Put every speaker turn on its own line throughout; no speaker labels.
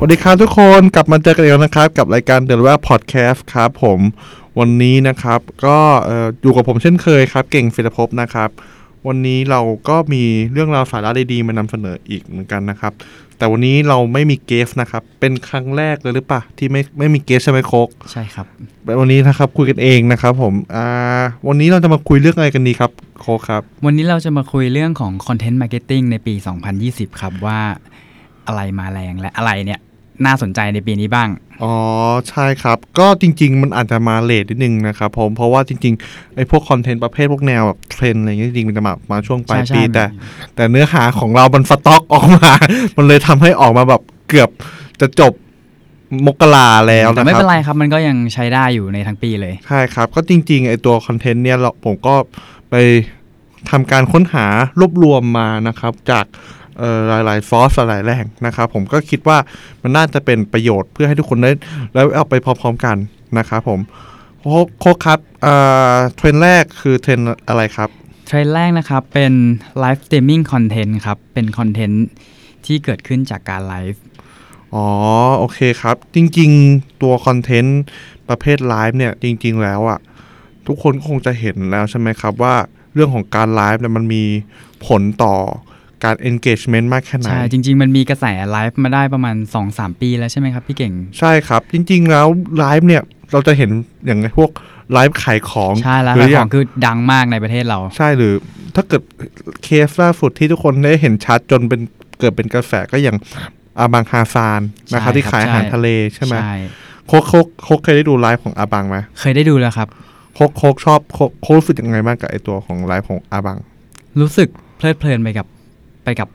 วัสดีครับทุกคนกลับมาเจอกันอีกแล้วนะครับ กับรายการเดลว่าพอดแคสต์ครับผมวันนี้นะครับ ก็เอ่ออยู่กับผมเช่นเคยครับ เก่งฟิลภพนะครับ วันนี้เราก็มีเรื่องราวสาระดีๆมานำเสนออีกเหมือนกันนะครับ แต่วันนี้เราไม่มีเกสนะครับ เป็นครั้งแรกเลยหรือเปะที่ไม่ไม่มีเกสใช่ไหมโคก
ใช่ครับ
วันนี้นะครับคุยกันเองนะครับ ผมอ่าวันนี้เราจะมาคุยเรื่องอะไรกันดีครับโคกครับ
วันนี้เราจะมาคุยเรื่องของ Content Marketing ในปี 2020 ครับว่าอะไรมาแรงและอะไรเนี่ยน่าสนใจในปีนี้บ้าง
อ๋อใช่ครับ ก็จริง ๆ มันอาจจะมาเลทนิดนึงนะครับผมเพราะว่าจริงๆไอ้พวกคอนเทนต์ประเภทพวกแนวแบบเทรนด์อะไรเงี้ยจริงๆมันจะมามาช่วงปลาย
ใช่
ปี
ใช่
แต่ แต่เนื้อหาของเรามันสต็อกออกมา มันเลยทำให้ออกมาแบบเกือบจะจบมกราแล้ว
แต่
นะ
ไม่
ครั
เป็น
บ
ไรครับมันก็ยังใช้ได้อยู่ในทั้งปีเลย
ใช่ครับ ก็จริงๆไอ้ตัวคอนเทนต์เนี่ยเราผมก็ไปทำการค้นหารวบรวมมานะครับ จากเอ่อหลายๆซอสหลายๆแหล่งนะครับ ผมก็คิดว่ามันน่าจะเป็นประโยชน์เพื่อให้ทุกคนได้ แล้วเอาไปพร้อมๆกันนะครับผมโคโคกครับเอ่อเทรนด์แรกคือเทรนด์อะไรครับ
เทรนด์แรกนะครับเป็น Live Streaming Content ครับ เป็นคอนเทนต์ที่เกิดขึ้นจากการไลฟ์
อ๋อ โอเคครับ จริงๆตัวคอนเทนต์ประเภทไลฟ์เนี่ย จริง ๆ แล้วอะ่ะ ทุกคนก็คงจะเห็นแล้วใช่ไหมครับว่าเรื่องของการไลฟ์เนี่ยมันมีผลต่อการ engagement มากแค่ไหน
ใช่ จริง ๆ มันมีกระแสไลฟ์มาได้ประมาณ 2-3 ปีแล้วใช่ไหมครับพี่เก่ง
ใช่ครับ จริง ๆ แล้วไลฟ์เนี่ย เราจะเห็นอย่างพวกไลฟ์ขายของ
ใช่แล้ว
หรื
ข
ย่า
อง งคือดังมากในประเทศเรา
ใช่หรือถ้าเกิดเคสล่าสุดที่ทุกคนได้เห็นชัดจนเป็นเกิดเป็นกระแสก็อย่างอาบังฮาซานนะครับ
ใช่
ที่ขาย
ครับ
อาหาร
ใช่
ทะเลใช่ไหมโคกโคกโคกเคยได้ดูไลฟ์ของอาบังไหม
เคยได้ดูแล้วครับ
โคกโคกชอบโคกโคกรู้สึกยังไงบ้างกับไอตัวของไลฟ์ของอาบัง
รู้สึกเพลิดเพลินไปกับไปกับ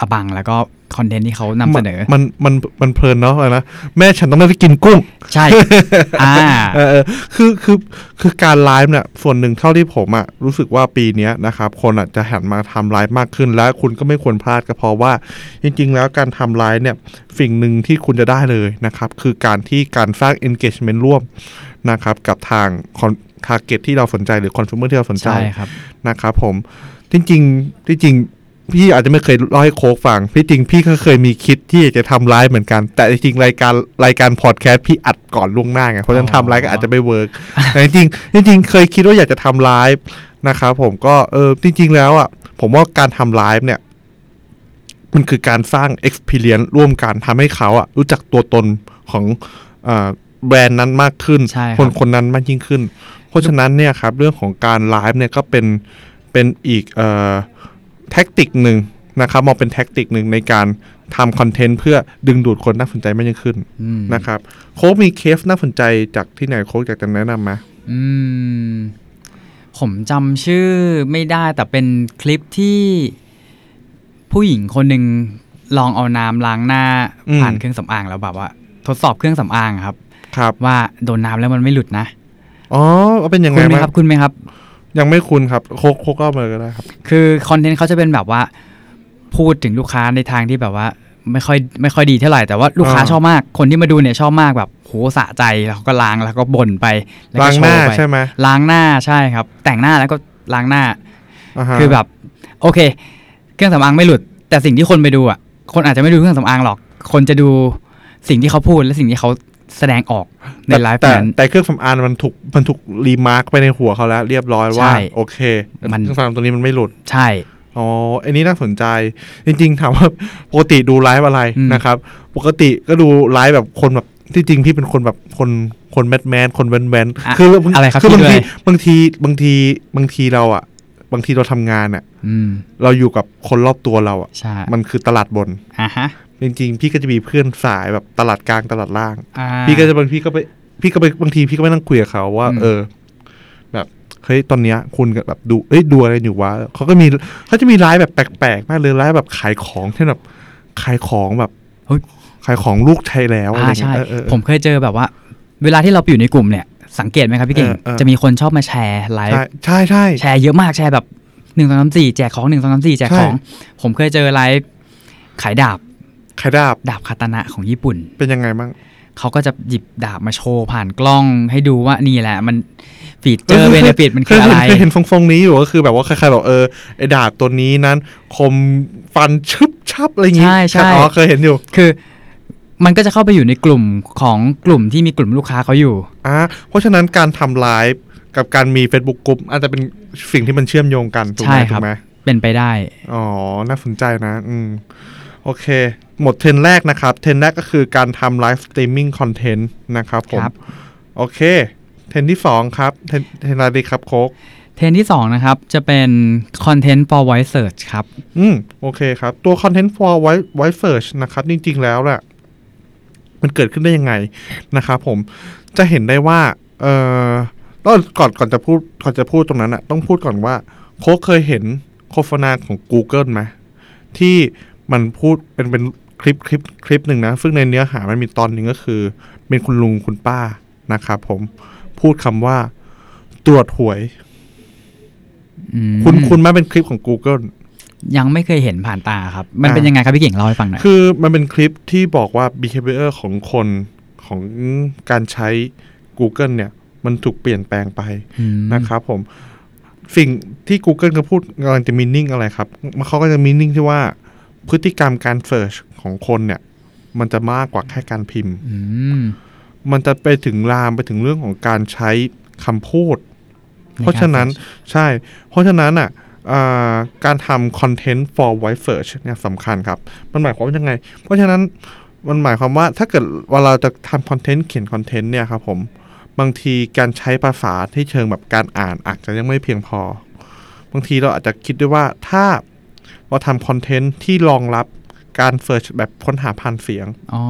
อบังแล้วก็คอนเทนต์ที่เขานำเสนอ
มันมันมันมันเพลินเนาะอะไรนะแม่ฉันต้องได้ไปกินกุ้ง
ใช่ อ่า
เออเออคือคือคือการไลฟ์เนี่ยส่วนหนึ่งเท่าที่ผมอะ่ะรู้สึกว่าปีเนี้ยนะครับคนอาจจะหันมาทำไลฟ์มากขึ้น และคุณก็ไม่ควรพลาดก็เพราะว่า จริง ๆ แล้วการทำไลฟ์เนี่ยสิ่งหนึ่งที่คุณจะได้เลยนะครับ คือการที่การสร้าง engagement ร่วมนะครับกับทางคอนทาร์เก็ตที่เราสนใจหรือคอน sumer ที่เราสนใจ
ใช่ครับ
นะครับผมจริงๆที่จริงพี่อาจจะไม่เคยเล่าให้โคกฟังพี่จริงพี่ก็เคยมีคิดที่อยากจะทำไลฟ์เหมือนกัน แต่จริงๆรายการรายการพอดแคสต์พี่อัดก่อนล่วงหน้าไงเพราะฉะนั้นทำไลฟ์ก็อาจจะไม่เวิร์ก แต่จริงๆจริงๆเคยคิดว่าอยากจะทำไลฟ์นะครับผมก็เออจริง ๆ แล้วอ่ะผมว่าการทำไลฟ์เนี่ย มันคือการสร้าง Experience ร่วมกันทำให้เขาอ่ะรู้จักตัวตนของเออแบรนด์นั้นมากขึ้น
ใช่ครับ
คนคนนั้นมากยิ่งขึ้น เพราะฉะนั้นเนี่ยครับเรื่องของการไลฟ์เนี่ยก็เป็นเป็นอีกเอ่อแท็กติกหนึ่งนะครับมองเป็นแท็กติกหนึ่งในการทำคอนเทนต์เพื่อดึงดูดคนน่าสนใจมากยิ่งขึ้น
อืม
นะครับโค้กมีเคสน่าสนใจจากที่ไหนโค้กอยากจะแนะนำไหม
อืม ผมจำชื่อไม่ได้แต่เป็นคลิปที่ผู้หญิงคนหนึ่งลองเอาน้ำล้างหน้า
อืม
ผ่านเครื่องสำอางแล้วแบบว่า ทดสอบเครื่องสำอางอะครับ
ครับ
ว่าโดนน้ำแล้วมันไม่หลุดนะ
อ๋อเอาเป็นยังไง
คุณไหม
บ้าง
ครับคุณไหมครับ
ยังไม่คุณครับ โคกโคกเล่ามาเลยก็ได้ครับ
คือคอนเทนต์เขาจะเป็นแบบว่า พูดถึงลูกค้าในทางที่แบบว่า ไม่ค่อยไม่ค่อยดีเท่าไหร่แต่ว่าลูกค้า
อ่า
ชอบมาก คนที่มาดูเนี่ยชอบมากแบบโหสะใจแล้วก็ล้างแล้วก็บ่นไปแล้ว
ล้า
ก็
ง
โช
หน้า
ว์ไป
ใช่ไหม
ล้างหน้าใช่ครับ แต่งหน้าแล้วก็ล้างหน้า
าฮะ
คือแบบ โอเค เครื่องสำอางไม่หลุด แต่สิ่งที่คนไปดูอ่ะ คนอาจจะไม่ดูเครื่องสำอางหรอก คนจะดูสิ่งที่เขาพูดและสิ่งที่เขาแสดงออกใน
แต่
ไลฟ์
แต่
นั้น
แต่เครื่องสำอางมันถูกมันถูกรีมาร์กไปในหัวเขาแล้ว เรียบร้อยว่า
ใช่
โอเค
มัน
เครื่องสำอางตัวนี้มันไม่หลุด
ใช่
อ๋อ อันนี้น่าสนใจ จริงๆ ถามว่า ปกติดูไลฟ์อะไร
อืม
นะครับ ปกติก็ดูไลฟ์แบบคนแบบที่จริงพี่เป็นคนแบบคนคนแมทแมนคนแวนแวนๆ
อะ
คือ
อะ
อะไร
ครับ
คือบา
พี่
ง
ด้ว
ที
ย
บางทีบางทีบางทีเราอะบางทีเราทำงานอะ
อืม
เราอยู่กับคนรอบตัวเราอะ
ใช่
มันคือตลาดบน
อ่าฮะ
จริงๆ พี่ก็จะมีเพื่อนสายแบบตลาดกลางตลาดล่าง
อ่า
พี่ก็จะบางพี่ก็ไปพี่ก็ไปบางทีพี่ก็ไปนั่งคุยกับเขาว่า
อืม
เออ แบบเฮ้ยตอนเนี้ยคุณก็แบบดูเอ้ยดูอะไรอยู่วะเขาก็มีเขาจะมีร้ายแบบแปลกๆมากเลยร้ายแบบขายของเช่นแบบขายของแบบ
เฮ้ย
ขายของลูกใช้แล้วอะไร
อ่าใช่
เงี้ยเออเออ
ผมเคยเจอแบบว่า เวลาที่เราไปอยู่ในกลุ่มเนี่ย สังเกตไหมครับพี่เก่ง
เออเออ
จะมีคนชอบมาแชร์ไลฟ์
ใช่ใช่ใช่
แชร์เยอะมากแชร์แบบหนึ่งสองสามสี่แจกของหนึ่งสองสามสี่แจกของ
ใช่
ผมเคยเจอไลฟ์ขายดาบ
ขายดาบ
ดาบคาตานะของญี่ปุ่น
เป็นยังไงบ้าง
เขาก็จะหยิบดาบมาโชว์ผ่านกล้องให้ดูว่านี่แหละ มันฟีเจอร์เบนฟิตมันคืออะไร
เคยเห็นเค ยเห็นทรงๆนี้อยู่ก็คือแบบว่าใครๆบอกเออไอ้ดาบตัวนี้นั้น คมฟันชึบชับอะไรอย่างงี้
ใช่ใช่
อ๋อเคยเห็นอยู่
คือ มันก็จะเข้าไปอยู่ในกลุ่มของกลุ่มที่มีกลุ่มลูกค้าเขาอยู่
อ่ะเพราะฉะนั้นการทำไลฟ์กับการมี Facebook กลุ่มอาจจะเป็นสิ่งที่มันเชื่อมโยงกันถูกไห
ใช่
ม
ค
ถู
รับ
กไหม
เป็นไปได้
อ๋อ น่าสนใจนะ อืม โอเค หมดเทรนด์แรกนะครับ เทรนด์แรกก็คือการทำไลฟ์สตรีมมิ่งคอนเทนต์นะครับผม
ครับ
โอเค เทรนด์ที่ 2 ครับ เทรนด์เทรนด์อะไรดีครับโคก
เทรนด์ที่ 2 นะครับ จะเป็น Content for Voice Search ครับ
อืม โอเคครับ ตัวคอนเทนต์ for white white search นะครับ จริง ๆ แล้วแหละมันเกิดขึ้นได้ยังไงนะครับผม จะเห็นได้ว่า เออต้องก่อนก่อนจะพูดก่อนจะพูดตรงนั้นอะต้องพูดก่อนว่าโคกเคยเห็นโฆษณาของ Google ไหมที่มันพูดเป็นเป็นคลิปคลิปคลิปหนึ่งนะ ซึ่งในเนื้อหามันมีตอนหนึ่งก็คือ เป็นคุณลุงคุณป้านะครับผมพูดคำว่า ตรวจหวย
อืม
คุณคุณมาเป็นคลิปของ Google
ยังไม่เคยเห็นผ่านตาครับ มันเป็น
อ่ะ
ยังไงครับพี่เก่งเล่าให้ฟังหน่อย
คือมันเป็นคลิปที่บอกว่า behavior ของคนของการใช้ Google เนี่ย มันถูกเปลี่ยนแปลงไป
ม
นะครับผม สิ่งที่ Google ก็พูดกำลังจะมีนิ่งอะไรครับมันเขาก็จะมีนิ่งที่ว่าพฤติกรรมการเ e ิร์ชของคนเนี่ย มันจะมากกว่าแค่การพิมพ์
อืม
มันจะไปถึงลามไปถึงเรื่องของการใช้คำพูด
ในการ
เพราะฉะนั้นใช่ เพราะฉะนั้นอ่ะอ่าการทำคอนเทนต์ for white search เนี่ยสำคัญครับ มันหมายความว่ายังไง เพราะฉะนั้นมันหมายความว่าถ้าเกิดเวลาเราจะทำคอนเทนต์เขียนคอนเทนต์เนี่ยครับผม บางทีการใช้ภาษาที่เชิงแบบการอ่านอาจจะยังไม่เพียงพอ บางทีเราอาจจะคิดด้วยว่าถ้าเราทำคอนเทนต์ที่รองรับการเ e ิร์ชแบบค้นหาผ่านเสียง
อ๋อ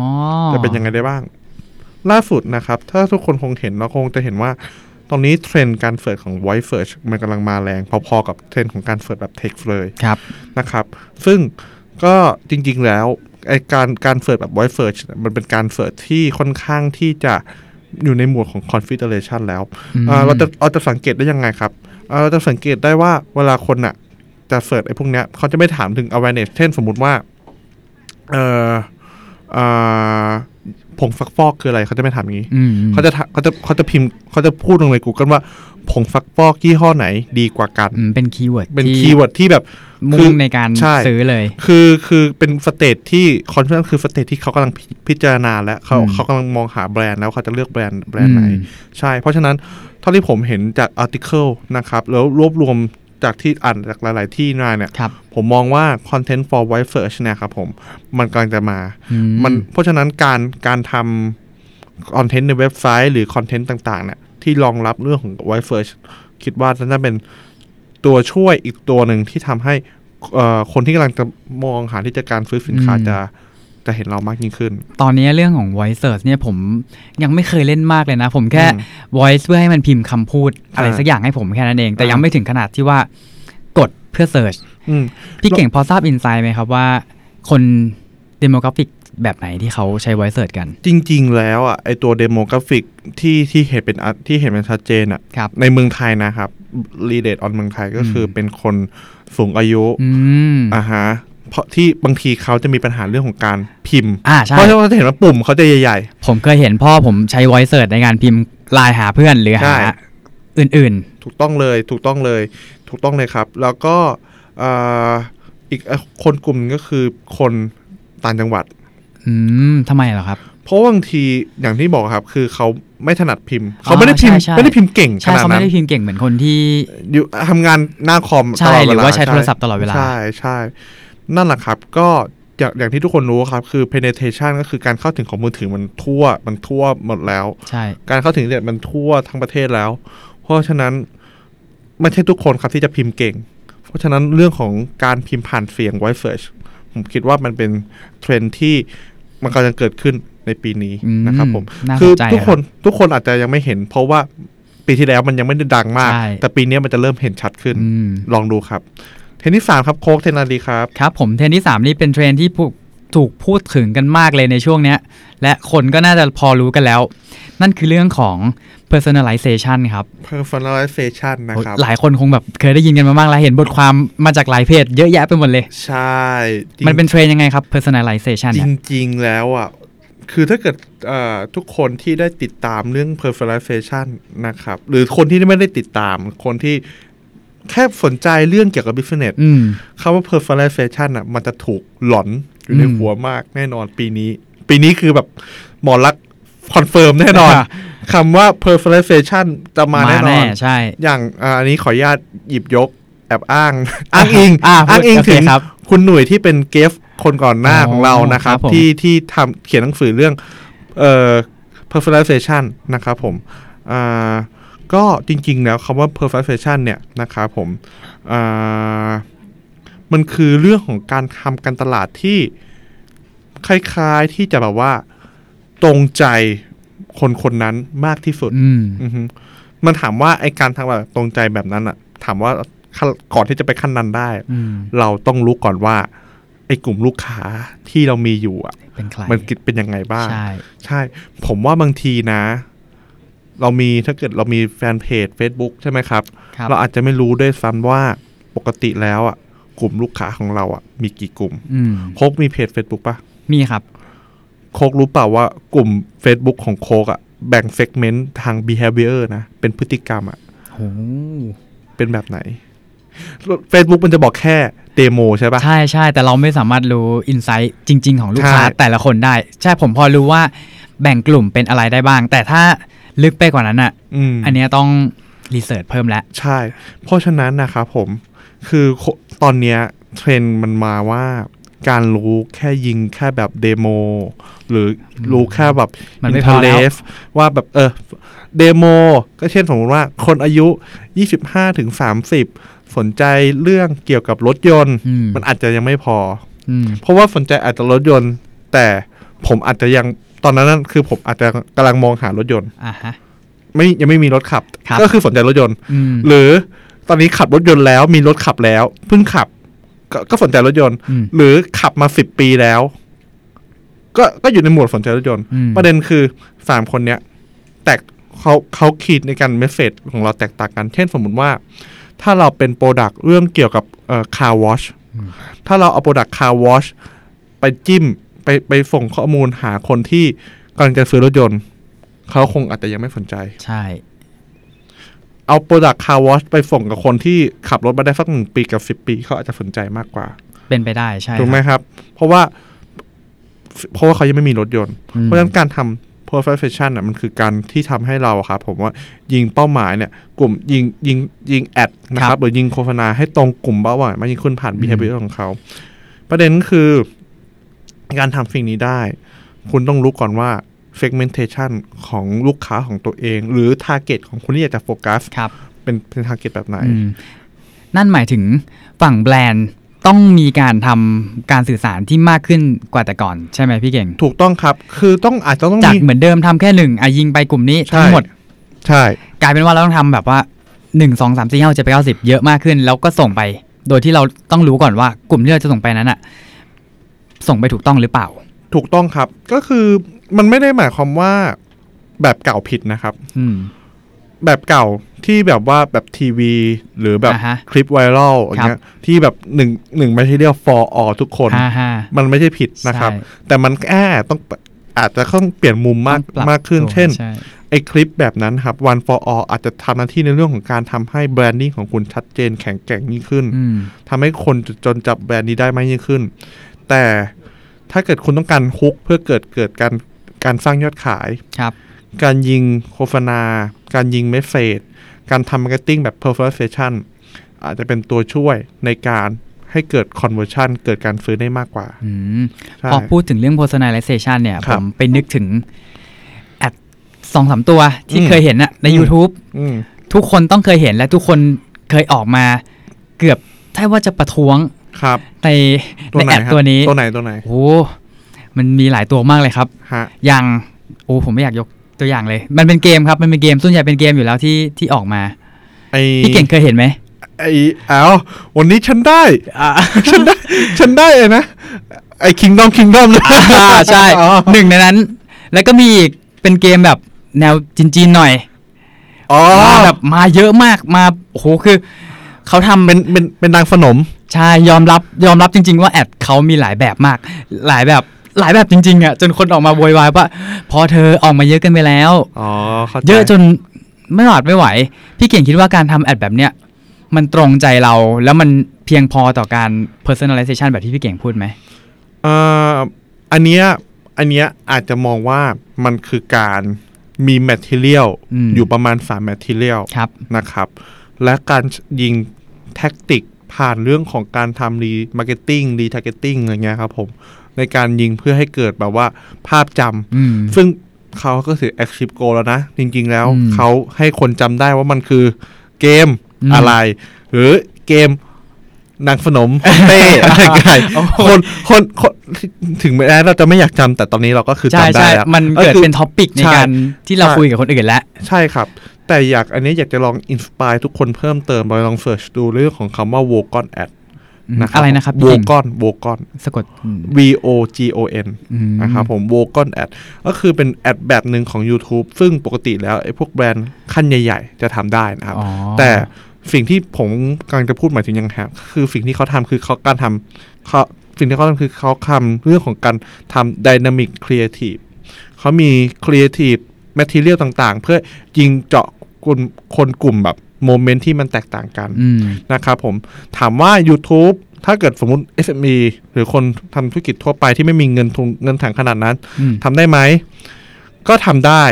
จะเป็นยังไงได้บ้าง ล่าสุดนะครับ ถ้าทุกคนคงเห็นเราคงจะเห็นว่า ตอนนี้เทรนด์การเสิร์ชของ voice search มันกำลังมาแรง พอๆกับเทรนด์ของการเสิร์ชแบบ text เลย
ครับ
นะครับ ซึ่งก็จริงๆแล้วไอการการเสิร์ชแบบ voice search เนี่ยมันเป็นการเสิร์ชที่ค่อนข้างที่จะอยู่ในหมวดของ configuration แล้ว
อืม
อ่าเราจะเราจะสังเกตได้ยังไงครับอ่าเราจะสังเกตได้ว่าเวลาคนอะจะเสิร์ชไอ้พวกเนี้ยเขาจะไม่ถามถึง awareness เช่นสมมุติว่าเอ่ออ่าผงฟักฟอกคืออะไรเขาจะไม่ถามอย่างนี้
อืม
เขาจะถามเขาจะเขาจะพิมพ์เขาจะพูดลงใน Google ว่าผงฟักฟอกยี่ห้อไหนดีกว่ากัน
อืมเป็นคีย์เวิร์ด
เป็นคีย์เวิร์ดที่แบบ
มุ่งในการ
ใช่
ซื้อเลย
คือคือเป็นสเตจที่คอนเทนต์คือสเตจที่เขากำลังพิพิจารณาแล้วเขา
อืม
เขากำลังมองหาแบรนด์แล้วเขาจะเลือกแบรนด์แบรนด์ไหน ใช่ เพราะฉะนั้นเท่าที่ผมเห็นจากอาร์ติเคิลนะครับ แล้วรวบรวมจากที่อ่านจากหลาย ๆ ที่มาเนี่ย
ครับ
ผมมองว่า Content for White Search เนะครับผม มันกำลังจะมา
อื
มันเพราะฉะนั้นการการทำคอนเทนต์ในเว็บไซต์หรือคอนเทนต์ต่าง ๆ เนี่ย ที่รองรับเรื่องของ White Search คิดว่าน่าจะเป็นตัวช่วยอีกตัวหนึ่งที่ทำให้เอ่อคนที่กำลังจะมองหาที่จะการซื้อสินค้าจะจะเห็นเรามากยิ่งขึ้น
ตอนนี้เรื่องของ voice search เนี่ยผมยังไม่เคยเล่นมากเลยนะ ผมแค่
อืม
voice เพื่อให้มันพิมพ์คำพูดอะไร
อ่า
สักอย่างให้ผมแค่นั้นเอง แต่ยัง
อ่า
ไม่ถึงขนาดที่ว่ากดเพื่อ search
อืม
พี่เก่งพอทราบอินไซด์ไหมครับว่า คนเดโมกราฟิกแบบไหนที่เขาใช้ไวเซิร์ชกัน
จริง ๆ แล้วอ่ะไอตัวเดโมกราฟิกที่ที่เห็นเป็นอ่ะที่เห็นเป็นชัดเจนอ่ะ
ครับ
ในเมืองไทยนะครับรีเดทออนเมืองไทยก็คืออ
ม
เป็นคนสูงอายุ
อืม
อ่าฮะเพราะที่บางทีเขาจะมีปัญหาเรื่องของการพิมพ์
อ่าใช่
เพราะเราจะเห็นว่าปุ่มเขาจะใหญ่
ผมเคยเห็นพ่อผมใช้ไวเซิร์ชในการพิมพ์ไลน์หาเพื่อนหรือ
ใช่
หาอื่น
ๆ ถูกต้องเลยถูกต้องเลย ถูกต้องเลยครับ แล้วก็อ่าอีกอ่ะคนกลุ่มหนึ่งก็คือคนต่างจังหวัด
ๆ อืมทำไมเหรอครับ
เพราะบางทีอย่างที่บอกครับ คือเขาไม่ถนัดพิมพ์เขาไม่ได้พิมพ์
ใช่ใช่
ไม่ได้พิมพ์เก่งข
ใช่
นาด
เขาไม่
นั้น
ได้พิมพ์เก่งเหมือนคนที่
อยู่ทำงานหน้าคอม
ใช่
ตล
ห
อดเวลา
รือว่าใช้โทรศัพท์ตลอดเวลา
ใช่ใช่นั่นแหละครับ ก็อย่างอย่างที่ทุกคนรู้ครับ คือ penetration ก็คือการเข้าถึงของมือถือมันทั่ว มันทั่วหมดแล้ว
ใช่
การเข้าถึงอินเน็ตมันทั่วทั้งประเทศแล้ว เพราะฉะนั้นไม่ใช่ทุกคนครับที่จะพิมพ์เก่ง เพราะฉะนั้นเรื่องของการพิมพ์ผ่านเสียง voice search ผมคิดว่ามันเป็นเทรนด์ที่มันกำลังเกิดขึ้นในปีนี้
อื
นะครับผม
น่าส
คือน
ใจ
ทุกครับ นทุกคนอาจจะยังไม่เห็น เพราะว่าปีที่แล้วมันยังไม่ได้ดังมาก
ใช่
แต่ปีนี้มันจะเริ่มเห็นชัดขึ้น
อืม
ลองดูครับ เทนที่สามครับโคกเทนนารีครับ
ครับผมเทรนด์ที่ 3 นี่เป็นเทรนด์ที่ผูกถูกพูดถึงกันมากเลยในช่วงเนี้ย และคนก็น่าจะพอรู้กันแล้ว นั่นคือเรื่องของ personalization ครับ
personalization นะครับ
หลายคนคงแบบเคยได้ยินกันมาบ้างแล้วเห็นบทความมาจากหลายเพจเยอะแยะไปหมดเลย
ใช่จริง
มันเป็นเทรนด์ยังไงครับ personalization
จ
เนี่ย
ริง ๆ แล้วอ่ะ คือถ้าเกิดเอ่อทุกคนที่ได้ติดตามเรื่อง personalization นะครับ หรือคนที่ไม่ได้ติดตาม คนที่แค่สนใจเรื่องเกี่ยวกับ business
อืม
คำว่า personalization อ่ะ มันจะถูกหลอนอยู่ใน
อืม
หัวมากแน่นอนปีนี้ ปีนี้คือแบบหมอรักษณ์คอนเฟิร์มแน่น อน คำว่า personalization จะมาแน่นอน
ใช่
อย่างอ่าอันนี้ขออนุญาตหยิบยกแอบอ้าง อ้างอิง
อ่าพูด
อ้างอิง
โอเค
ถึง
ครับ
คุณหนุ่ยที่เป็นเกฟคนก่อนหน้าของเรานะครับ
อ๋อครับผม
ที่ที่ทำเขียนหนังสือเรื่องเอ่อ personalization นะครับผมอ่าก็จริงๆแล้วคำว่า personalization เนี่ยนะครับผมอ่ามันคือเรื่องของการทำการตลาดที่คล้ายๆที่จะแบบว่าตรงใจคนคนๆนั้นมากที่สุด
อืม
อือฮึมันถามว่าไอการทำแบบตรงใจแบบนั้นอะถามว่าขั้นก่อนที่จะไปขั้นนั้นได้
อืม
เราต้องรู้ก่อนว่า ไอกลุ่มลูกค้าที่เรามีอยู่อะ
เป็นใคร
มันกิจเป็นยังไงบ้าง
ใช่
ใช่ ผมว่าบางทีนะ เรามีถ้าเกิดเรามีแฟนเพจ Facebook ใช่ไหมครับ
ครับ
เราอาจจะไม่รู้ด้วยซ้ำว่าปกติแล้วอะกลุ่มลูกค้าของเราอะมีกี่กลุ่ม
อืม
โคกมีเพจ Facebook ปะ
มีครับ
โคกรู้เปล่าว่ากลุ่ม Facebook ของโคกอะแบ่งเซกเมนต์ทาง behavior นะเป็นพฤติกรรมอะ
โห
เป็นแบบไหน Facebook มันจะบอกแค่เดโมใช่ปะ
ใช่ใช่แต่เราไม่สามารถรู้อินไซต์จริง ๆ ของลูกค้า
ใช่
แต่ละคนได้ ใช่ผมพอรู้ว่าแบ่งกลุ่มเป็นอะไรได้บ้าง แต่ถ้าลึกไปกว่านั้นอ่ะ
อืม
อันเนี้ยต้องรีเสิร์ชเพิ่มแล้ว
ใช่ เพราะฉะนั้นนะครับผม คือโคตอนเนี้ยเทรนด์มันมาว่าการรู้แค่ยิงแค่แบบเดโมหรือรู้แค่แบบ
มันไม่
อิ
พอแล้ว
เทอร์เฟว่าแบบเออเดโมก็เช่นสมมติว่าคนอายุ 25ถึง30 สนใจเรื่องเกี่ยวกับรถยนต์
อืม
มันอาจจะยังไม่พอ
อืม
เพราะว่าสนใจอาจจะรถยนต์ แต่ผมอาจจะยังตอนนั้นนั่นคือผมอาจจะกำลังมองหารถยนต์
อ่ะฮะ
ไม่ยังไม่มีรถขับ
ครับ
ก็คือสนใจรถยนต์
อืม
หรือตอนนี้ขับรถยนต์แล้วมีรถขับแล้ว เพิ่งขับกก็สนใจรถยนต์
อืม
หรือขับมาสิบปีแล้ว ก็ก็อยู่ในหมวดสนใจรถยนต์
อืม
ประเด็นคือสามคนเนี้ย แตกเขาเขาขีดในการเมสเซจของเราแตกต่างกัน เช่นสมมติว่า ถ้าเราเป็นโปรดักต์เรื่องเกี่ยวกับเอ่อคาร์วอช
อืม
ถ้าเราเอาโปรดักต์คาร์วอชไปจิ้มไปไปส่งข้อมูลหาคนที่กำลังจะซื้อรถยนต์ เขาคงอาจจะยังไม่สนใจ
ใช่
เอาโปรดักต์คาร์วอชไปส่งกับคนที่ขับรถมาได้สักหนึ่งปีกับสิบปี เขาอาจจะสนใจมากกว่า
เป็นไปได้ใช่
ถูกไหมครับ เพราะว่า เพราะว่าเขายังไม่มีรถยนต์
อืม
เพราะฉะนั้นการทำ profession อ่ะมันคือการที่ทำให้เราอะครับผมว่ายิงเป้าหมายเนี่ย กลุ่มยิงยิงยิงแอดนะครับ หรือยิงโฆษณาให้ตรงกลุ่มเป้าหมายมากยิ่งขึ้นผ่าน behavior ของเขา ประเด็นคือ การทำสิ่งนี้ได้ คุณต้องรู้ก่อนว่า segmentation ของลูกค้าของตัวเอง หรือ target ของคุณที่อยากจะโฟกัส
ครับ
เป็นเป็น target แบบไหน
อืม นั่นหมายถึงฝั่งแบรนด์ต้องมีการทำการสื่อสารที่มากขึ้นกว่าแต่ก่อน ใช่ไหมพี่เก่ง
ถูกต้องครับ คือต้องอาจจะต้อง
จาก
มี
เหมือนเดิมทำแค่หนึ่งอ่ะยิงไปกลุ่มนี้
ใช่
ทั้งหมด
ใช่
กลายเป็นว่าเราต้องทำแบบว่าหนึ่งสองสามสี่ห้าเจ็ดแปดเก้าสิบเยอะมากขึ้น แล้วก็ส่งไป โดยที่เราต้องรู้ก่อนว่ากลุ่มที่เราจะส่งไปนั้นอะส่งไปถูกต้องหรือเปล่า
ถูกต้องครับ ก็คือมันไม่ได้หมายความว่าแบบเก่าผิดนะครับ
อืม
แบบเก่าที่แบบว่าแบบทีวี หรือแบบ
อ่าฮะ
คลิปไวรัลอย่างเงี้ยที่แบบหนึ่งหนึ่งไม่ใช่เรียก for all ทุกคน
่าฮะ
มันไม่ใช่ผิดนะครับ
ใช่
แต่มันแอบต้องอาจจะต้องเปลี่ยนมุมมาก
ต้องปรับ
มากขึ้น
ตัว
เช่น
ใช่
ไอคลิปแบบนั้นครับ one for all อาจจะทำหน้าที่ในเรื่องของการทำให้แบรนดิ้งของคุณชัดเจนแข็งแกร่งยิ่งขึ้น
อืม
ทำให้คนจจนจับแบรนด์นี้ได้มากยิ่งขึ้น แต่ถ้าเกิดคุณต้องการฮุกเพื่อเกิดเกิดการการสร้างยอดขาย
ครับ
การยิงโฆษณา การยิงเมสเซจการทำมาร์เก็ตติ้งแบบ personalization อาจจะเป็นตัวช่วยในการให้เกิด conversion เกิดการซื้อได้มากกว่า
อืม
ใช่
พอพูดถึงเรื่อง personalization เนี่ย
ค
ผ
รับ
มไปนึกถึงแอดสองสามตัวที่
อืม
เคยเห็นอะใน
อืม
YouTube
อืม
ทุกคนต้องเคยเห็นและทุกคนเคยออกมาเกือบถ้าว่าจะประท้วง
ครับ
ใน
ตัว
ใน
ไหน
แอด
ครับ
ตัวนี้
ตัวไหนตัวไหน
โอ้โหมันมีหลายตัวมากเลยครับ
ฮะ
อย่างโอ้ผมไม่อยากยกตัวอย่างเลย มันเป็นเกมครับ มันเป็นเกมส่วนใหญ่เป็นเกมอยู่แล้วที่ที่ออกมา
ไอ
พี่เก่งเคยเห็นไหม
ไอเอ้าวันนี้ฉันได้
อ่า
ฉันได้ ฉันได้เลยนะ ไอ kingdom kingdom เลย
ใช่
อ๋อ
หนึ่งในนั้น แล้วก็มีอีกเป็นเกมแบบแนวจีนๆหน่อย
อ๋อ
มาแบบมาเยอะมากมาโอ้โหคือเขาทำ
เป็นเป็นเป็นนางขนม
ใช่ยอมรับยอมรับจริง ๆ ว่าแอดเขามีหลายแบบมาก หลายแบบหลายแบบจริงๆอ่ะจนคนออกมาโวยวายว่าพอเธอออกมาเยอะเกันไปแล้ว
อ๋อเข้าใจ
เยอะจนไม่หวาดไม่ไหว พี่เก่งคิดว่าการทำแอดแบบเนี้ยมันตรงใจเราแล้วมันเพียงพอต่อการ personalization แบบที่พี่เก่งพูดไหม
เอ่ออันเนี้ย อันเนี้ยอาจจะมองว่ามันคือการมีแมทเทียล
อืม
อยู่ประมาณ3ามแมทเทียล
ครับ
นะครับ และการยิงแท็กติกผ่านเรื่องของการทำรีมาร์เก็ตติ้งรีทาร์เก็ตติ้งอะไรเงี้ยครับผม ในการยิงเพื่อให้เกิดแบบว่าภาพจำ
อืม
ซึ่งเขาก็ถือ Active Goal แล้วนะ จริง ๆ แล้ว
อืม
เขาให้คนจำได้ว่ามันคือเกม
อืม
อะไร หรือเกมนางส นม เต้อะไรกัน
โอ้โห
คนคนคนถึงแม้เราจะไม่อยากจำแต่ตอนนี้เราก็คือ
ใช่
จำได้
ใช่
แล้ว
มันเกิด
คือ
เป็นท็อปิกใน
ใช่
การที่เรา
ใช่
คุยกับคนอื่นแล้ว
ใช่ครับ แต่อยากอันนี้อยากจะลองอินสปายทุกคนเพิ่มเติมไปลองเสิร์ชดูเรื่องของคำว่า w o g o n Ad นะ
อะไรนะครับพี่
โว
กิ่ง
กอนโวกอน
สะกดอืม
V O G O N
อืม
นะครับผมโวกอนแอดก็คือเป็นแอดแบบหนึ่งของ YouTube ซึ่งปกติแล้วไอ้พวกแบรนด์ขั้นใหญ่ ๆ จะทำได้นะครับ
อ๋อ
แต่สิ่งที่ผมกำลังจะพูดหมายถึงยังครับคือสิ่งที่เขาทำคือเขาการทำเขาสิ่งที่เขาทำคือเขาทำเรื่องของการทำดินามิกครีเอทีฟเขามีครีเอทีฟแมทเทียลต่างๆ เพื่อยิงเจาะกลุ่มคนกลุ่มแบบโมเมนต์ที่มันแตกต่างกัน
อืม
นะครับผมถามว่า YouTube ถ้าเกิดสมมติ SME หรือคนทำธุรกิจทั่วไปที่ไม่มีเงินทุนเงินถังขนาดนั้น
อืม
ทำได้ไหม ก็ทำได้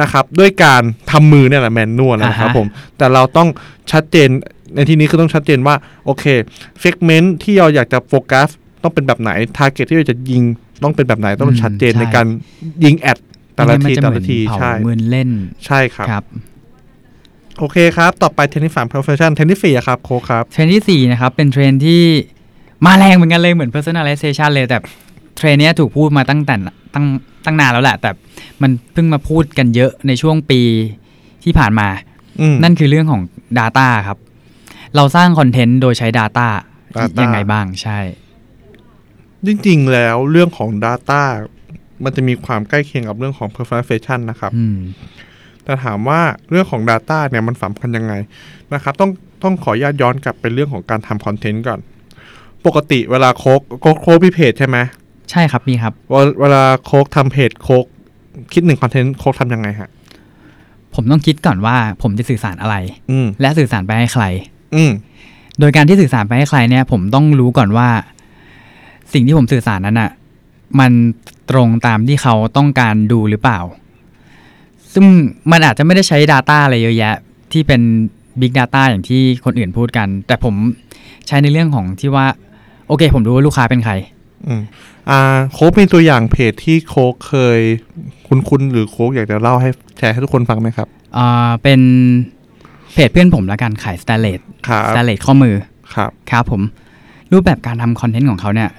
นะครับ ด้วยการทำมือเนี่ยแหละแมนนวลนะครับผม แต่เราต้องชัดเจนในที่นี้คือต้องชัดเจนว่า โอเคเซกเมนต์ที่เราอยากจะโฟกัสต้องเป็นแบบไหนทาร์เก็ตที่เราจะยิงต้องเป็นแบบไหนต้องชัดเจนในการยิงแอดแต่ละที
ไม่งั้นมันจ
แต่
เหมือ
ละ
น
ที
เผา
ใช่
มือนเล่น
ใช่ครับ
ครับ
โอเคครับ ต่อไปเทนนิสสาม profession เทนนิสสี่อะครับโคชครับ
เทรนด์ที่ 4 นะครับ เป็นเทรนด์ที่มาแรงเหมือนกันเลยเหมือน personalization เลย แต่เทรนด์เนี้ยถูกพูดมาตั้งแต่ตั้งตั้งนานแล้วแหละ แต่มันเพิ่งมาพูดกันเยอะในช่วงปีที่ผ่านมา
อืม
นั่นคือเรื่องของ Data ครับ เราสร้างคอนเทนต์โดยใช้ Data,
Data
ยังไงบ้างใช่
จริงๆ แล้วเรื่องของ Data มันจะมีความใกล้เคียงกับเรื่องของ Performance Fashion นะครับ
อืม
แต่ถามว่าเรื่องของ Data เนี่ยมันสำคัญยังไงนะครับ ต้องต้องขออนุญาตย้อนกลับไปเรื่องของการทำคอนเทนต์ก่อน ปกติเวลาโคกโคกโคกพี่เพจใช่ไหม
ใช่ครับพี่ครับ
เวลาเวลาโคกทำเพจโคกคิดหนึ่งคอนเทนต์โคกทำยังไงฮะ
ผมต้องคิดก่อนว่าผมจะสื่อสารอะไร
อืม
และสื่อสารไปให้ใคร
อืม
โดยการที่สื่อสารไปให้ใครเนี่ย ผมต้องรู้ก่อนว่า สิ่งที่ผมสื่อสารนั้นอ่ะ มันตรงตามที่เขาต้องการดูหรือเปล่า ซึ่งมันอาจจะไม่ได้ใช้ Data อะไรเยอะแยะ ที่เป็น Big Data อย่างที่คนอื่นพูดกัน แต่ผมใช้ในเรื่องของที่ว่า โอเค ผมรู้ว่าลูกค้าเป็นใคร
อืมอ่าโคกมีตัวอย่างเพจที่โคกเคย คุ้นๆ หรือโคกอยากจะเล่าให้แชร์ให้ทุกคนฟังไหมครับ
อ่าเป็นเพจเพื่อนผมละกันขายสแตนเลส
ครั
ส
บ
แตนเลสข้อมือ
ครับ
ครับผมรูปแบบการทำคอนเทนต์ของเขาเนี่ย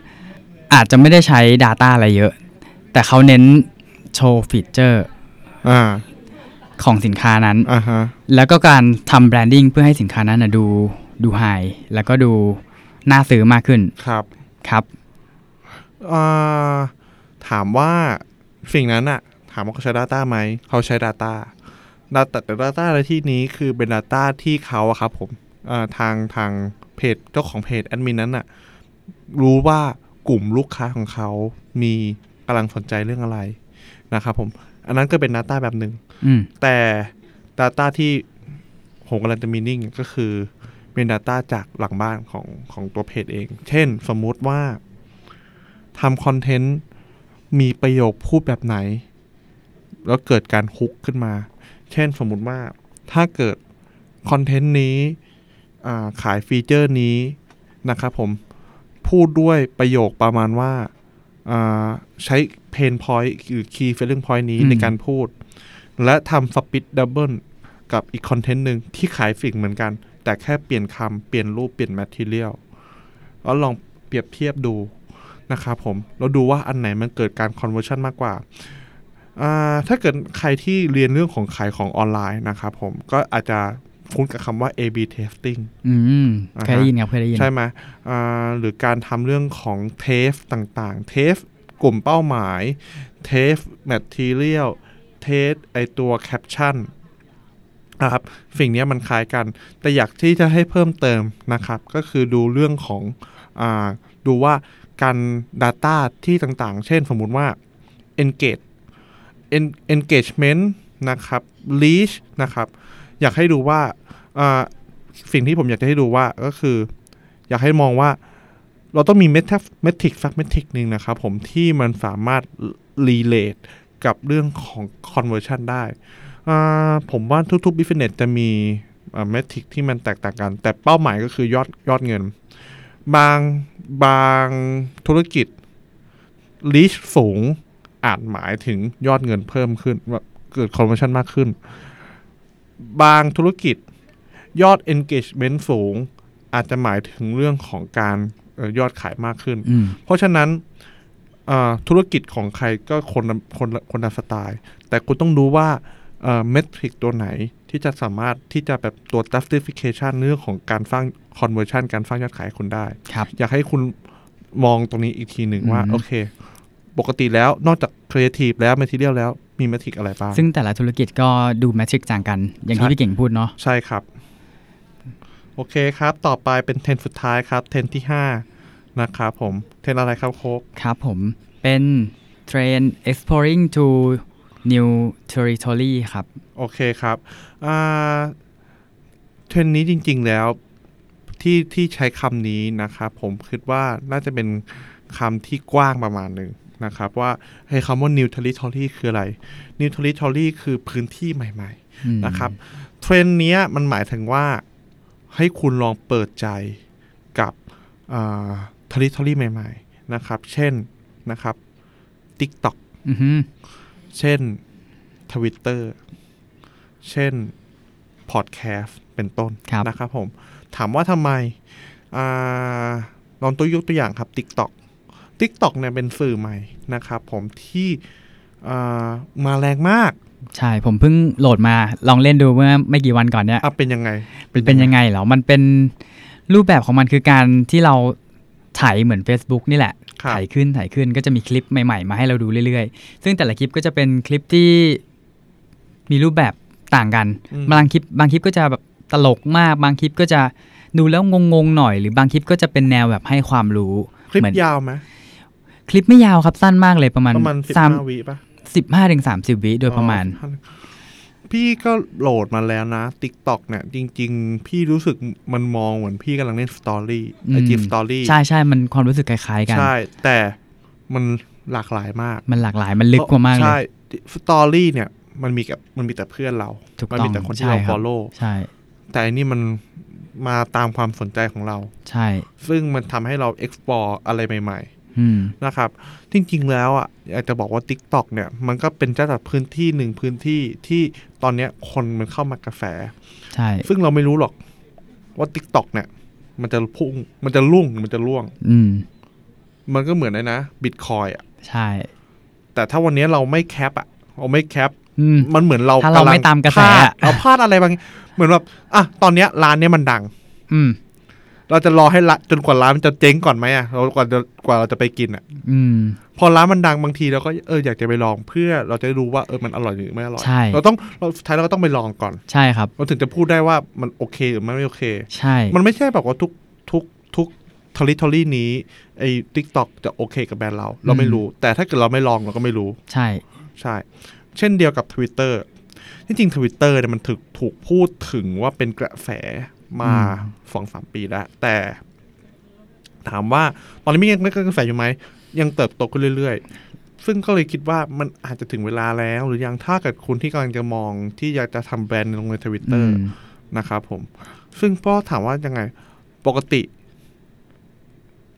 อาจจะไม่ได้ใช้ Data อะไรเยอะ แต่เขาเน้นโชว์ฟีเจอร์
อ่า
ของสินค้านั้น
อ่าฮะ
แล้วก็การทำแบรนดิ้งเพื่อให้สินค้านั้นนะดูดูไฮแล้วก็ดูน่าซื้อมากขึ้น
ครับ
ครับ
อ่าถามว่าสิ่งนั้นอะถามว่าเขาใช้ Data ไหม เขาใช้ Data Data แต่ Data ในที่นี้คือเป็น Data ที่เขาอะครับผมอ่าทางทางเพจเจ้าของเพจแอดมินนั้นอะรู้ว่ากลุ่มลูกค้าของเขามีกำลังสนใจเรื่องอะไรนะครับผม อันนั้นก็เป็น Data แบบหนึ่ง
อืม
แต่ Data ที่ผมกำลังจะมีนิ่งก็คือเป็น Data จากหลังบ้านของของตัวเพจเอง เช่นสมมุติว่าทำคอนเทนต์มีประโยคพูดแบบไหน แล้วเกิดการฮุกขึ้นมา เช่นสมมุติว่าถ้าเกิดคอนเทนต์นี้อ่าขายฟีเจอร์นี้นะครับผมพูดด้วยประโยคประมาณว่าอ่าใช้เพนพอยต์หรือคีย์เฟลลิ่งพอยต์นี้ในการพูด และทำสปิดดับเบิลกับอีกคอนเทนต์หนึ่งที่ขายสิ่งเหมือนกัน แต่แค่เปลี่ยนคำเปลี่ยนรูปเปลี่ยนแมทเทียลแล้วลองเปรียบเทียบดูนะครับผมแล้วดูว่าอันไหนมันเกิดการคอนเวอร์ชันมากกว่าอ่า ถ้าเกิดใครที่เรียนเรื่องของขายของออนไลน์นะครับผมก็อาจจะคุ้นกับคำว่า A/B testing
อืม
อ่าฮะ
เคยได้ยินครับเคยได้ยิน
ใช่ไหมอ่าหรือการทำเรื่องของเทฟต่างๆ เทฟกลุ่มเป้าหมาย เทฟแมทเทียล เทสไอตัวแคปชั่นนะครับ สิ่งเนี้ยมันคล้ายกัน แต่อยากที่จะให้เพิ่มเติมนะครับ ก็คือดูเรื่องของอาดูว่าการ Data ที่ต่างๆ เช่นสมมุติว่า engage en- engagement นะครับ reach นะครับ อยากให้ดูว่าอ่า สิ่งที่ผมอยากจะให้ดูว่าก็คือ อยากให้มองว่าเราต้องมีเมทริกซ์สักเมทริกซ์หนึ่งนะครับผมที่มันสามารถ รีเลทกับเรื่องของ conversion ได้อ่าผมว่าทุกๆ business จะมีเมทริกที่มันแตกต่างกัน แต่เป้าหมายก็คือยอดยอดเงิน บางบางธุรกิจ รีชสูงอาจหมายถึงยอดเงินเพิ่มขึ้นว่าเกิดคอมมิชชั่นมากขึ้น บางธุรกิจยอด engagement สูง อาจจะหมายถึงเรื่องของการเอ่อยอดขายมากขึ้น
อืม
เพราะฉะนั้นเอ่อธุรกิจของใครก็คนละคนละคนละสไตล์ แต่คุณต้องรู้ว่าเมทริกตัวไหนที่จะสามารถที่จะแบบตัว justification เรื่องของการสร้าง conversion การสร้างยอดขายให้คุณได้
ครับ
อยากให้คุณมองตรงนี้อีกทีหนึ่งว่า
อืม
โอเค ปกติแล้วนอกจากครีเอทีฟแล้วแมทเ r ียลแล้วมีแมทริกอะไรบ้าง
ซึ่งแต่ละธุรกิจก็ดูแมทริกต่างกัน อย่างที่
ใช่
พี่เก่งพูดเนาะ
ใช่ครับ โอเคครับ ต่อไปเป็นเทนสุดท้ายครับเทนที่ 5 นะครับผมเทนอะไรครับโคก
ครับผมเป็นเทรน exploring to new territory ครับ
โอเคครับอ่าเทรนนี้จริง ๆแล้วที่ที่ใช้คำนี้นะครับผมคิดว่าน่าจะเป็นคำที่กว้างประมาณหนึ่งนะครับ ว่าให้คำว่า new territory คืออะไร new territory คือพื้นที่ใหม่ ๆ
อืม
นะครับเทรนด์เนี้ยมันหมายถึงว่าให้คุณลองเปิดใจกับทริทอรี่ใหม่ๆนะครับ เช่นนะครับ TikTok
อือฮึ
เช่น Twitter เช่น Podcast เป็นต้น
ครับ
นะครับผม ถามว่าทำไมอ่าลองตัวยกตัวอย่างครับ TikTok TikTok เนี่ยเป็นสื่อใหม่นะครับผมที่อ่ามาแรงมาก
ใช่ ผมเพิ่งโหลดมาลองเล่นดูเมื่อไม่กี่วันก่อนเนี่ย
อ่ะเป็นยังไง
เป็นยังไงเหรอ มันเป็นรูปแบบของมันคือการที่เราไถ่ายเหมือน Facebook นี่แหละ
ครับ
ไถ่ายขึ้นไถ่ายขึ้นก็จะมีคลิปใหม่ๆ มาให้เราดูเรื่อยๆ ซึ่งแต่ละคลิปก็จะเป็นคลิปที่มีรูปแบบต่างกัน
อืม
บางคลิปบางคลิปก็จะแบบตลกมาก บางคลิปก็จะดูแล้วงงๆหน่อย หรือบางคลิปก็จะเป็นแนวแบบให้ความรู้
คลิ
เห
ป
มือน
ยาวไหม
คลิปไม่ยาวครับสั้นมากเลยประมาณ
ประมาณสิบ
สาม
ห้าวิป่ะ
สิบห้าถึงสามสิบวิโดยประมาณ
อ๋อ15พี่ก็โหลดมาแล้วนะ t ิ k t o k เนี่ย จริง ๆ พี่รู้สึกมันมองเหมือนพี่กำลังเล่นสตอรี่
อืม
ไอจีสตอรี่
ใช่ใช่มันความรู้สึกคล้ายๆ กัน
ใช่ แต่มันหลากหลายมาก
มันหลากหลายมันลึกกว่ามากเล
ใช่
ย
สตอรี่เนี่ย มันมีกับมันมีแต่เพื่อนเรา
ถูก
มัมี
ต้อง
แต่คนที่เรา
ใช่ครับ
follow
ใช่
แต่อันนี่มันมาตามความสนใจของเรา
ใช่
ซึ่งมันทำให้เรา explore อะไรใหม่ ๆ
อืม
นะครับจริงๆแล้วอ่ะอยากจะบอกว่า t ิ k t o k เนี่ยมันก็เป็นเจ้าจัดพื้นที่หนึ่งพื้นที่ที่ตอนเนี้ยคนมันเข้ามากระแส
ใช่
ซึ่งเราไม่รู้หรอกว่า t ิ k t o k เนี่ยมันจะพุ่งมันจะลุ่งหรือมันจะล่วง
อืม
มันก็เหมือนไอ้นะบิตคอยอ่ะ
ใช่
แต่ถ้าวันเนี้ยเราไม่แคปอ่ะเราไม่แคป
อืม
มันเหมือนเรา
ถ้าเรา
ำลัง
ไม่ตามกระแส
พลาด
อะ
เราพลาดอะไรบางอย่างเหมือนแบบอ่ะตอนเนี้ยร้านเนี้ยมันดัง
อืม
เราจะรอให้ละจนกว่าร้านมันจะเจ๊งก่อนไหมอ่ะเรากว่าจะกว่าเราจะไปกินอ่ะ
อืม
พอร้านมันดังบางทีเราก็เอออยากจะไปลองเพื่อเราจะได้รู้ว่าเออมันอร่อยหรือไม่อร่อย
ใช่
เราต้องเราสุดท้ายเราก็ต้องไปลองก่อน
ใช่ครับ
เราถึงจะพูดได้ว่ามันโอเคหรือไม่โอเค
ใช่
มันไม่ใช่แบบว่าทุกทุกทุกทริทอรี่นี้ไอ้ทิกตอกจะโอเคกับแบรนด์เราเราไม่รู้ แต่ถ้าเกิดเราไม่ลองเราก็ไม่รู้
ใช่
ใช่ เช่นเดียวกับ Twitter ที่จริง Twitter เนี่ยมันถูกถูกพูดถึงว่าเป็นกระแสมาสองสามปีแล้ว แต่ ถามว่าตอนนี้มันยังไม่กระแสอยู่ไหม ยังเติบโตขึ้นเรื่อยๆ ซึ่งก็เลยคิดว่ามันอาจจะถึงเวลาแล้ว หรือยังถ้าเกิดคุณที่กำลังจะมองที่อยากจะทำแบรนด์ลงในทวิตเตอ
อื
ร์
ม
นะครับผม ซึ่งพ่อถามว่ายังไง ปกติ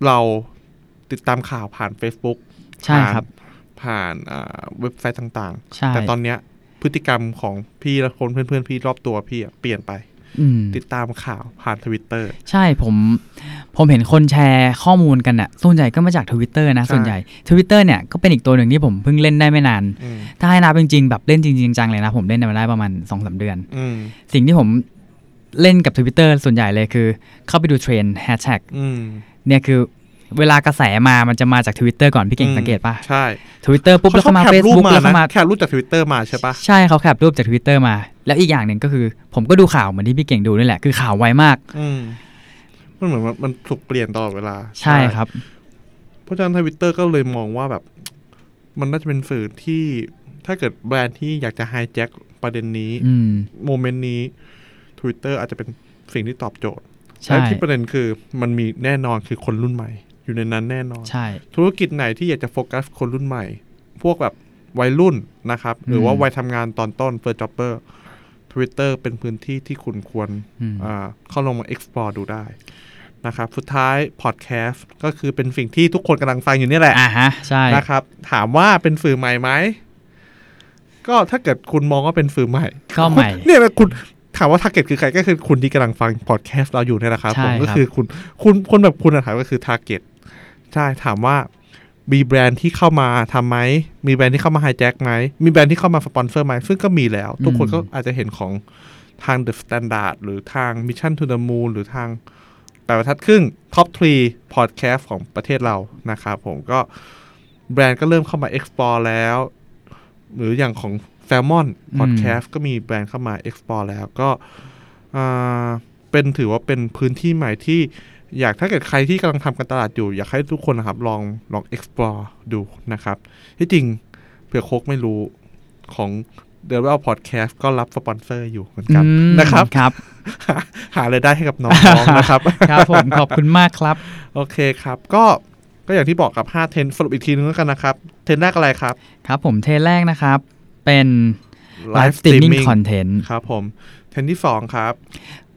เราติดตามข่าวผ่าน Facebook
ใช่ครับ
ผ่านอ่าเว็บไซต์ต่าง
ใช่
ๆ แต่ตอนเนี้ยพฤติกรรมของพี่และคนเพื่อนๆ พี่รอบตัวพี่อะเปลี่ยนไป
อืม
ติดตามข่าวผ่านทวิตเตอร์
ใช่ผม ผมเห็นคนแชร์ข้อมูลกันอะส่วนใหญ่ก็มาจากทวิตเตอร์นะ
ใช่
ส่วนใหญ่ทวิตเตอร์เนี่ยก็เป็นอีกตัวหนึ่งที่ผมเพิ่งเล่นได้ไม่นาน ถ้าให้นับจริงๆ แบบเล่นจริงๆจังๆเลยนะ ผมเล่นมาได้ประมาณ2อสเดือน
อืม
สิ่งที่ผมเล่นกับทวิตเตอร์ส่วนใหญ่เลยคือ เข้าไปดูเทรนแฮชแท็ก
อืม
เนี่ยคือเวลากระแสมามันจะมาจากทวิตเตอร์ก่อนพี่เก่งสังเกตปะ
ใช่
ทวิตเตอร์ปุ๊บแล้วก็มา
ขชอบ
เฟ
แค
ซ
รูป
บุ๊ก
มา
แล้วก็
นะ
มา
แคปรูปจากทวิตเตอร์มาใช่ปะ
ใช่เขาแคปรูปจากทวิตเตอร์มา แล้วอีกอย่างหนึ่งก็คือ ผมก็ดูข่าวเหมือนที่พี่เก่งดูนี่แหละ คือข่าวไวมาก
อืมมันเหมือนมันมันถูกเปลี่ยนตลอดเวลา
ใช่ครับ
เพราะฉะนั้นทวิตเตอร์ก็เลยมองว่าแบบ มันน่าจะเป็นสื่อที่ถ้าเกิดแบรนด์ที่อยากจะไฮแจ็คประเด็นนี้
อืม
โมเมนต์นี้ Twitter อาจจะเป็นสิ่งที่ตอบโจทย์
ใช่
และที่ประเด็นคือมันมีแน่นอนคือคนรุ่นใหม่ อยู่ในนั้นแน่นอน
ใช่
ธุรกิจไหนที่อยากจะโฟกัสคนรุ่นใหม่ พวกแบบวัยรุ่นนะครับ หรือว่า
อืม
วัยทำงานตอนต้นเฟิร์สจ็อบเปอร์ทวิตเตอร์เป็นพื้นที่ที่คุณควร
อืม
อ่าเข้าลงมา explore ดูได้นะครับ สุดท้าย podcast ก็คือเป็นสิ่งที่ทุกคนกำลังฟังอยู่เนี่ยแหละ
อ่าฮะ ใช่
นะครับ ถามว่าเป็นสื่อใหม่ไหม ก็ถ้าเกิดคุณมองว่าเป็นสื่อใหม่
ก็ใหม่
เนี่ยนะคุณถามว่าทาร์เก็ตคือใครก็คือคุณที่กำลังฟังพอดแคสต์เราอยู่เนี่ยแหละครับ
ใช่
ผมก็
ครับ
คือคุณคุณคนแบบคุณนะครับก็คือทาร์เก็ตใช่ถามว่ามีแบรนด์ที่เข้ามาทำไหม มีแบรนด์ที่เข้ามาไฮแจ็คไหม มีแบรนด์ที่เข้ามาสปอนเซอร์ไหม ซึ่งก็มีแล้ว ทุกคนก็อาจจะเห็นของทาง The Standard หรือทาง Mission to the Moon หรือทาง แปดบรรทัดครึ่งท็อปทรีพอดแคสต์ของประเทศเรานะครับผมก็แบรนด์ก็เริ่มเข้ามา explore แล้ว หรืออย่างของ s ซ l m o n
อืม
Podcast ก็มีแบรนด์เข้ามา explore แล้วก็อ่าเป็นถือว่าเป็นพื้นที่ใหม่ที่อยากถ้าเกิดใครที่กำลังทำการตลาดอยู่ อยากให้ทุกคนนะครับลองลอง explore ดูนะครับ ที่จริงเผื่อโคกไม่รู้ของเด e ว l Podcast ก็รับสปอนเซอร์อยู่เหมือนกัน
อืม
นะครับ
ครับ
หาหารายได้ให้กับน้องๆนะครับ
ครับ ผมขอบคุณมากครับ
โอเคครับ ก็ก็อย่างที่บอกกับ 5 เทรนด์สรุปอีกทีนึงแล้วกันนะครับ เทรนด์แรกอะไรครับ
ครับผมเทรนแรกนะครับ เป็น Live
Live
Streaming
Streaming
Content
ครับผม เทรนด์ที่ 2 ครับ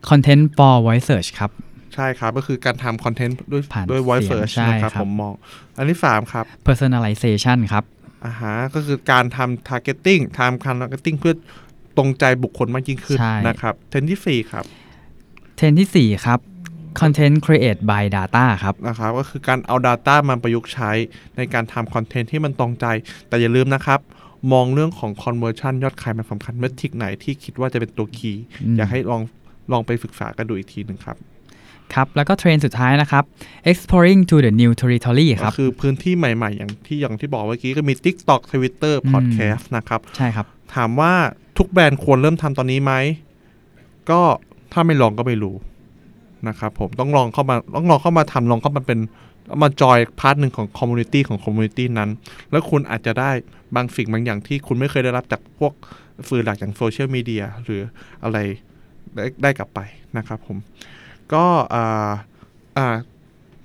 Content for Voice Search ครับ
ใช่ครับ ก็คือการทำคอนเทนต์ด้วย
ผ่าน
ด้วย voice
เสียง
search
ใช่
นะครับ
ครับ
ผมมอง อันที่ 3 ครับ
Personalization ครับ
อ่าฮะก็คือการทำ targeting ทำ targeting เพื่อตรงใจบุคคลมากยิ่งขึ้น
ใช่
นะครับ เทรนด์ที่ 4 ครับ
เทรนที่ 4 ครับ Content Create by Data ครับ
นะครับ ก็คือการเอา Data มาประยุกต์ใช้ในการทำคอนเทนต์ที่มันตรงใจ แต่อย่าลืมนะครับ มองเรื่องของ conversion ยอดขายมันสำคัญเมทริกไหนที่คิดว่าจะเป็นตัว key
อืม
อยากให้ลองลองไปศึกษากันดูอีกทีหนึ่งครับ
ครับ แล้วก็เทรนสุดท้ายนะครับ Exploring to the New Territory ค
ก็
รับ
คือพื้นที่ใหม่ๆ อย่างที่อย่างที่บอกเมื่อกี้ก็มี TikTok Twitter
อืม
Podcast นะครับ
ใช่ครับ
ถามว่าทุกแบรนด์ควรเริ่มทำตอนนี้ไหม ก็ถ้าไม่ลองก็ไม่รู้นะครับผมต้องลองเข้ามาต้องลองเข้ามาทำลองเข้ามาเป็นมาจอยพาร์ทหนึ่งของคอมมูนิตี้ของคอมมูนิตี้นั้น แล้วคุณอาจจะได้บางสิ่งบางอย่างที่คุณไม่เคยได้รับจากพวกสื่อหลักอย่างโซเชียลมีเดียหรืออะไรได้ได้กลับไปนะครับผม ก็อ่าอ่า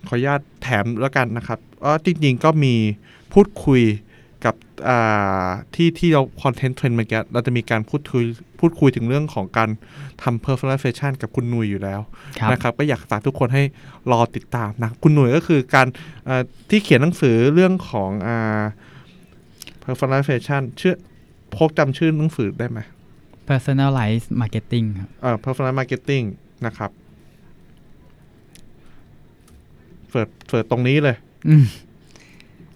ขออนุญาตแถมแล้วกันนะครับก็จริงๆก็มีพูดคุยกับอ่าที่ที่เราคอนเทนต์เทรนด์เมื่อกี้เราจะมีการพูดคุยพูดคุยถึงเรื่องของการทำ personalization กับคุณหนุยอยู่แล้ว
ครับ
นะครับก็อยากฝากทุกคนให้รอติดตามนะคุณหน่วยก็คือการเอ่อที่เขียนหนังสือเรื่องของอ่า personalization ชื่อโพกจำชื่อหนังสือได้ไหม
Personalized Marketing ครับ
เอ่อ performance marketing นะครับเปิดเปิดตรงนี้เลย
อืม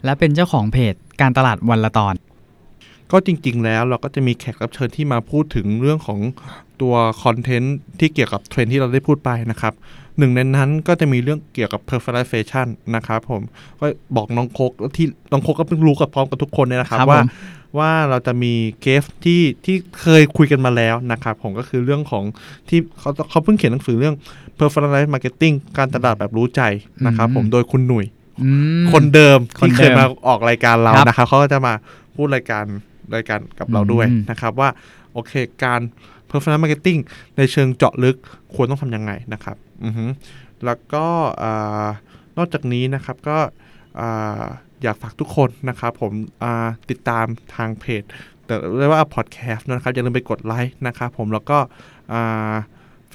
และเป็นเจ้าของเพจการตลาดวันละตอน
ก็จริง ๆ แล้วเราก็จะมีแขกรับเชิญที่มาพูดถึงเรื่องของตัวคอนเทนต์ที่เกี่ยวกับเทรนด์ที่เราได้พูดไปนะครับหนึ่งในนั้นก็จะมีเรื่องเกี่ยวกับ personalization นะครับผมก็บอกน้องโคกที่น้องโคกก็เพิ่งรู้กับพร้อมกับทุกคนเนี่ยนะครับ
ครับ
ว่า
ผม
ว่าเราจะมีเกสที่ที่เคยคุยกันมาแล้วนะครับผมก็คือเรื่องของที่เขาเขาเพิ่งเขียนหนังสือเรื่อง personalized marketing การตลาดแบบรู้ใจนะครับผมโดยคุณหนุ่ย
อืม
คนเดิม
คน
ที่
เดิม
เคยมาออกรายการเรา
ครับ
นะครับเขาก็จะมาพูดรายการรายการกับเราด้วย
อืม
นะครับว่า โอเคการ performance marketing ในเชิงเจาะลึกควรต้องทำยังไงนะครับอือฮึแล้วก็อานอกจากนี้นะครับก็อ่าอยากฝากทุกคนนะครับผมอ่าติดตามทางเพจแต่เรียกว่า podcast นะครับอย่าลืมไปกดไลค์นะครับผมแล้วก็อ่า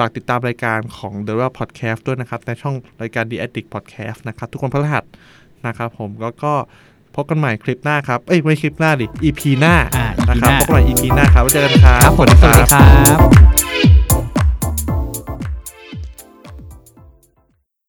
ฝากติดตามรายการของ The Real Podcast ด้วยนะครับ ในช่องรายการ The Addict Podcast นะครับ ทุกคนพฤหัสนะครับผมแล้วก็พบกันใหม่คลิปหน้าครับ เอ้ย ไม่ใช่คลิปหน้าดิ EP หน้า
อ่า EP
นะครับ
หน้า
พบกันใหม่ EP หน้าครับไว้เจอกันครับ
ครับผมสวัสดีครับ